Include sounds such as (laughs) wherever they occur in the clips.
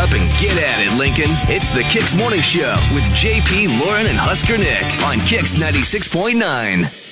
Get at it, Lincoln. It's the Kicks Morning Show with JP, Lauren, and Husker Nick on Kicks 96.9.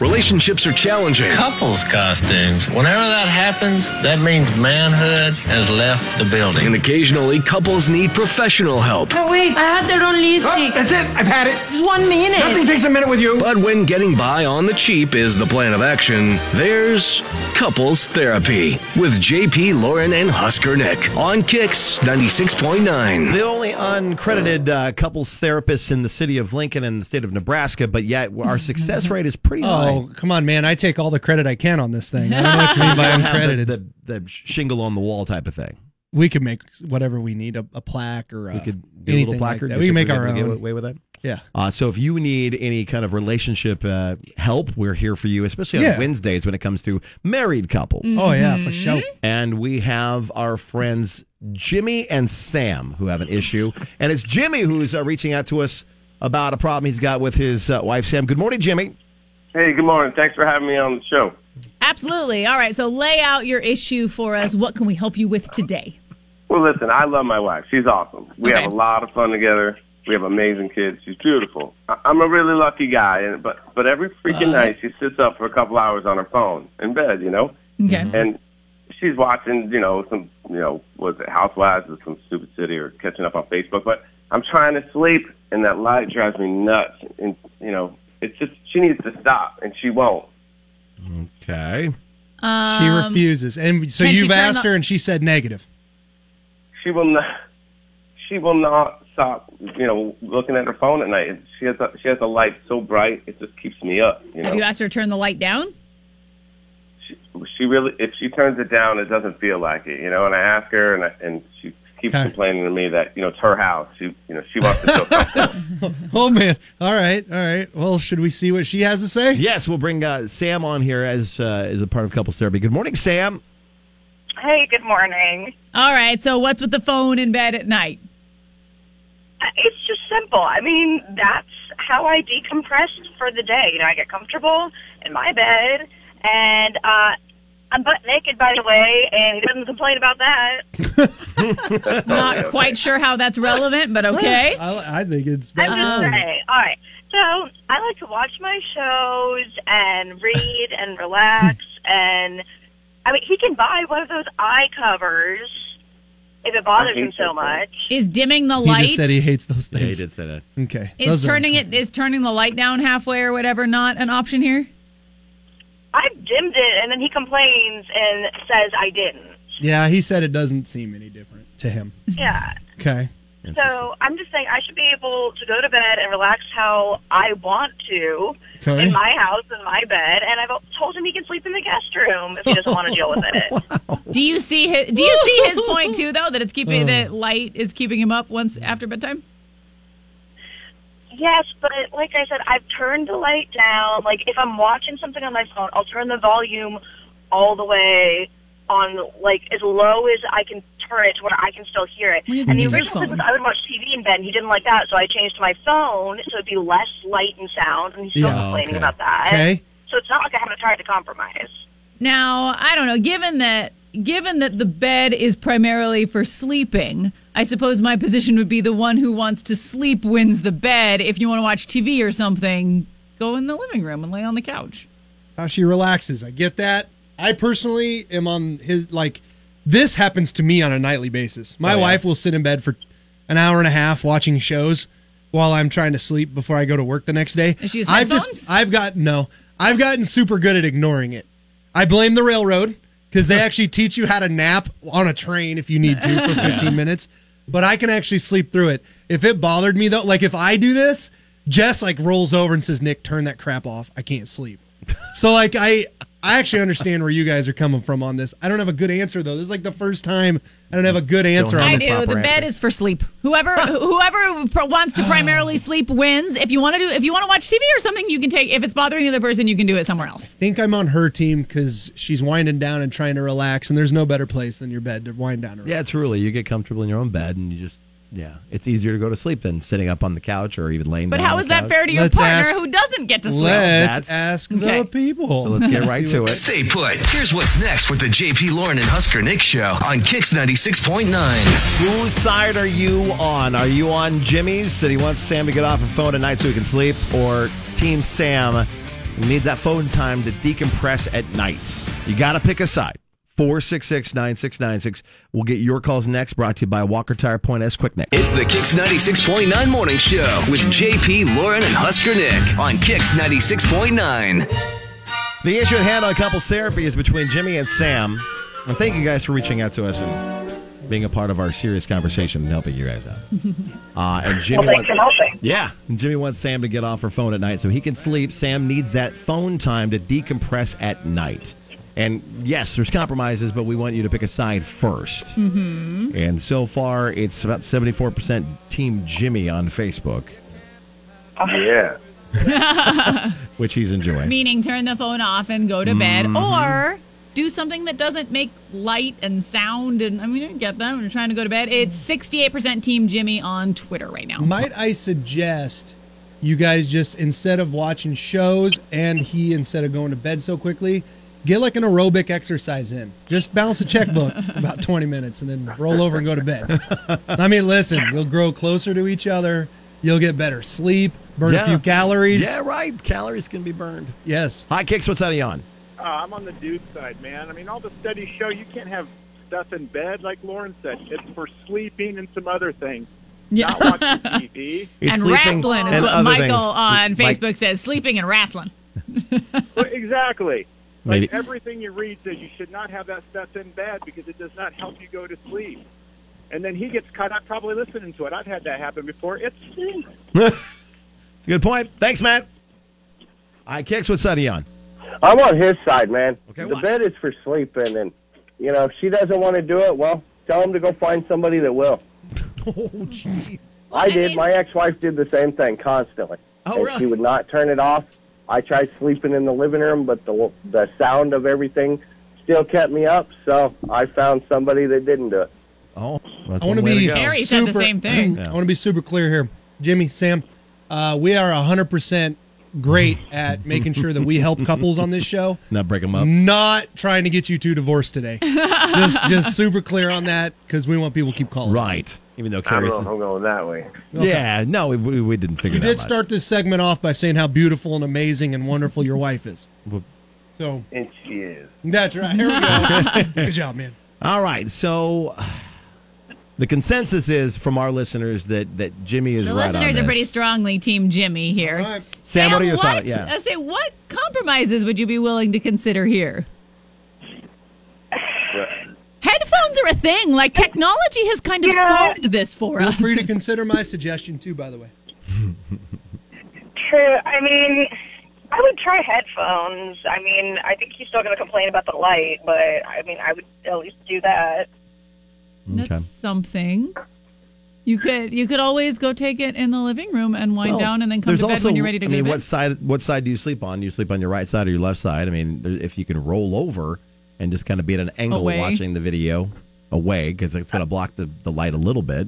Relationships are challenging. couples costumes. Whenever that happens, that means manhood has left the building. And occasionally, couples need professional help. Oh, wait, I had the wrong Oh, lipstick. that's it. I've had it. It's one minute. Nothing takes a minute with you. But when getting by on the cheap is the plan of action, there's couples therapy with JP, Lauren, and Husker Nick on Kicks 96.9. The only uncredited uh, couples therapist in the city of Lincoln and the state of Nebraska, but yet our success rate is pretty high. Oh, come on, man. I take all the credit I can on this thing. I don't know what you mean by We have uncredited. the, the, the shingle on the wall type of thing. we could make whatever we need a, a plaque or a, We could do a anything little placard. Like that. You We can think make we'd our be able to Get own. away with that. Yeah. Uh, so if you need any kind of relationship uh, help, we're here for you, especially on Yeah. Wednesdays when it comes to married couples. Oh, yeah, for sure. And we have our friends Jimmy and Sam who have an issue, and it's Jimmy who's uh, reaching out to us about a problem he's got with his uh, wife Sam. Good morning, Jimmy. Hey, good morning. Thanks for having me on the show. Absolutely. All right. So lay out your issue for us. What can we help you with today? Well, listen, I love my wife. She's awesome. We Okay. have a lot of fun together. We have amazing kids. She's beautiful. I- I'm a really lucky guy, and but but every freaking night she sits up for a couple hours on her phone in bed, you know, Okay. Mm-hmm. and she's watching, you know, some, you know, was it Housewives or some stupid city or catching up on Facebook. But I'm trying to sleep, and that light drives me nuts. And you know, it's just she needs to stop, and she won't. Okay. Um, she refuses. And so can she you've turn asked the- her, and she said negative. she will not she will not stop you know looking at her phone at night she has a, she has a light so bright it just keeps me up you know Have you asked her to turn the light down? she, she really if she turns it down it doesn't feel like it you know and i ask her and I, and she keeps Okay. complaining to me that you know it's her house she you know she wants to feel (laughs) comfortable Oh, man. All right. All right. Well, should we see what she has to say? Yes, we'll bring uh, Sam on here as uh, as a part of couples therapy. Good morning, Sam. Hey, good morning. All right. So what's with the phone in bed at night? Uh, It's just simple. I mean, that's how I decompress for the day. You know, I get comfortable in my bed, and uh, I'm butt naked, by the way, and he doesn't complain about that. Oh, Not quite sure how that's relevant, but (laughs) okay. I, I think it's. I'm just Uh-huh. saying. All right. So I like to watch my shows and read and (laughs) relax, and I mean, he can buy one of those eye covers if it bothers hate him so that thing. much. Is dimming the He light just said he hates those things. say that. Okay. is turning it is turning the light down halfway or whatever not an option here? I've dimmed it, and then he complains and says I didn't. Yeah, he said it doesn't seem any different to him. Yeah. Okay. So I'm just saying I should be able to go to bed and relax how I want to Okay. in my house in my bed, and I've told him he can sleep in the guest room if he doesn't want to deal with it. Do you see his do you see his point too though that (laughs) it's keeping that light is keeping him up once after bedtime? Yes, but like I said, I've turned the light down. Like if I'm watching something on my phone, I'll turn the volume all the way on, like as low as I can turn it to where I can still hear it. Well, you and the need original thing was earphones. I would watch TV in bed, and he didn't like that, so I changed to my phone so it'd be less light and sound, and he's still Yeah, complaining okay. about that. Okay. So it's not like I haven't tried to compromise. Now, I don't know, given that given that the bed is primarily for sleeping, I suppose my position would be the one who wants to sleep wins the bed. If you want to watch TV or something, go in the living room and lay on the couch. how she relaxes. I get that. I personally am on his like this happens to me on a nightly basis. My Oh, yeah. wife will sit in bed for an hour and a half watching shows while I'm trying to sleep before I go to work the next day. Does she use I've headphones? just I've got no. I've gotten super good at ignoring it. I blame the railroad because (laughs) they actually teach you how to nap on a train if you need (laughs) to for 15 minutes. But I can actually sleep through it. If it bothered me though, like if I do this, Jess like rolls over and says, "Nick, turn that crap off. I can't (laughs) sleep." So like I I actually understand where you guys are coming from on this. I don't have a good answer though. This is like the first time I don't have a good answer on I this. do. The proper bed answer. is for sleep. Whoever whoever pr- wants to primarily sleep wins. If you want to do if you want to watch TV or something, you can take if it's bothering the other person, you can do it somewhere else. I think I'm on her team because she's winding down and trying to relax, and there's no better place than your bed to wind down. and Yeah, relax. truly. You get comfortable in your own bed and you just Yeah, it's easier to go to sleep than sitting up on the couch or even laying. But down how on is the that couch. fair to your Let's partner ask- who doesn't get to sleep? Let's That's- ask Okay. the people. So let's (laughs) get right to it. Stay put. Here's what's next with the JP Lauren and Husker Nick show on Kix 96.9. (laughs) Whose side are you on? Are you on Jimmy's that he wants Sam to get off the phone at night so he can sleep, or Team Sam who needs that phone time to decompress at night? You got to pick a side. 466 9696. We'll get your calls next. Brought to you by Walker Tire Point S Quick Nick. It's the Kix 96.9 morning show with JP Lauren and Husker Nick on Kix 96.9. The issue at hand on couples therapy is between Jimmy and Sam. And thank you guys for reaching out to us and being a part of our serious conversation and helping you (laughs) guys out. Uh, and Jimmy Well, thanks wants- for helping. Yeah, and Jimmy wants Sam to get off her phone at night so he can sleep. Sam needs that phone time to decompress at night. And yes, there's compromises, but we want you to pick a side 1st Mm-hmm. And so far, it's about 74% Team Jimmy on Facebook, Yeah. which he's enjoying. Meaning turn the phone off and go to bed Mm-hmm. or do something that doesn't make light and sound and I mean I get that when you're trying to go to bed. It's 68% team Jimmy on Twitter right now. Might I suggest you guys just instead of watching shows and he instead of going to bed so quickly, get like an aerobic exercise in. Just balance (laughs) a checkbook about 20 minutes and then roll over and go to bed. I mean, listen, you'll grow closer to each other. You'll get better sleep, burn Yeah. a few calories. Yeah, right. Calories can be burned. Yes. Hi, Kicks, what's that on? Uh, I'm on the dude side, man. I mean, all the studies show you can't have stuff in bed, like Lauren said. It's for sleeping and some other things. Yeah. Not watching TV. It's and sleeping wrestling is and what other Michael things. on Like- Facebook says. Sleeping and wrestling. Well, exactly. Like Maybe- everything you read says you should not have that stuff in bed because it does not help you go to sleep. And then he gets caught up probably listening to it. I've had that happen before. It's It's a good point. Thanks, Matt. Hi, Kicks, what's that (laughs) on? I'm on his side, man. Okay, the why? bed is for sleeping, and you know if she doesn't want to do it, well, tell him to go find somebody that will. Oh, jeez. I, I did. mean- My ex-wife did the same thing constantly, Oh, and really? she would not turn it off. I tried sleeping in the living room, but the the sound of everything still kept me up. So I found somebody that didn't do it. Oh, I want to be Harry said the super, same (clears throat) thing. I want to be super clear here. Jimmy, Sam, uh, we are 100% great (laughs) at making sure that we help couples on this show. Not break them up. Not trying to get you two divorced (laughs) today. just, just super clear on that because we want people to keep calling. us. Right. Even though Carrie says- going that way. Yeah, no, we, we we didn't figure You that did out. start this segment off by saying how beautiful and amazing and wonderful your wife is. Well- So And she is. that's right. Here we (laughs) go. Good job, man. All right, so (sighs) the consensus is from our listeners that that Jimmy is The right on listeners are this. pretty strongly team Jimmy here. All right. Sam, what are your thoughts? I Yeah. say, what compromises would you be willing to consider here? Headphones are a thing. Like technology has kind of Yeah. solved this for Feel us. free to consider my suggestion too. By the way, True. I mean, I would try headphones. I mean, I think he's still going to complain about the light, but I mean, I would at least do that. That's Okay. something. You could you could always go take it in the living room and wind Well, down and then come there's to bed also, when you're ready to I go mean, to bed. what side? What side do you sleep on? Do you sleep on your right side or your left side? I mean, there- if you can roll over and just kind of be at an angle Away. watching the video away, because it's going to block the, the light a little bit.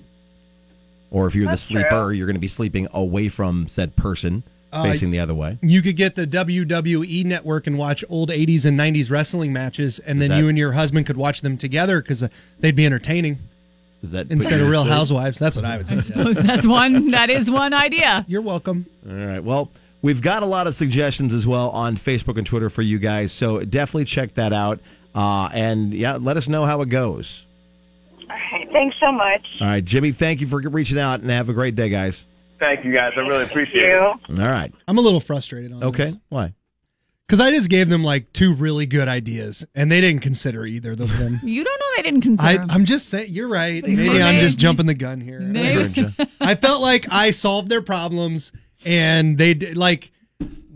Or if you're That's the sleeper, you're going to be sleeping away from said person, Uh, facing the other way. you could get the WWE network and watch old '80s and '90s wrestling matches, and then That- you and your husband could watch them together because uh, they'd be entertaining Does that put instead you of to Real sleep? Housewives. That's what I would (laughs) (laughs) I say. suppose that's one that is one idea. You're welcome. All right. Well, we've got a lot of suggestions as well on Facebook and Twitter for you guys. So definitely check that out. Uh, and yeah, let us know how it goes. All right. Thanks so much. All right, Jimmy, thank you for reaching out and have a great day, guys. Thank you guys. I really Thank you. All right. I'm a little frustrated on Okay. Why? because I just gave them like two really good ideas, and they didn't consider either of (laughs) them. You don't know they didn't consider. I, 'em. I'm just saying, you're right. Maybe I'm just jumping the gun here. They- (laughs) I felt like I solved their problems, and they did, like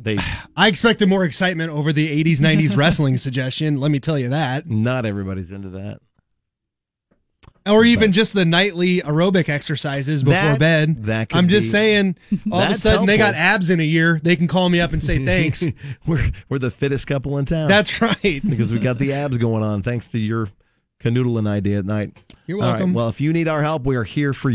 They I expected more excitement over the '80s, '90s wrestling suggestion. Let me tell you that, not everybody's into that. (laughs) or even just the nightly aerobic exercises before That- bed. that could I'm just be- saying. All of a That's sudden, they got helpful. abs in a year. They can call me up (laughs) and say thanks. we're we're the fittest couple in town. That's right. (laughs) because we got the abs going on thanks to your canoodling idea at night. You're All right. welcome. Well, if you need our help, we are here for you.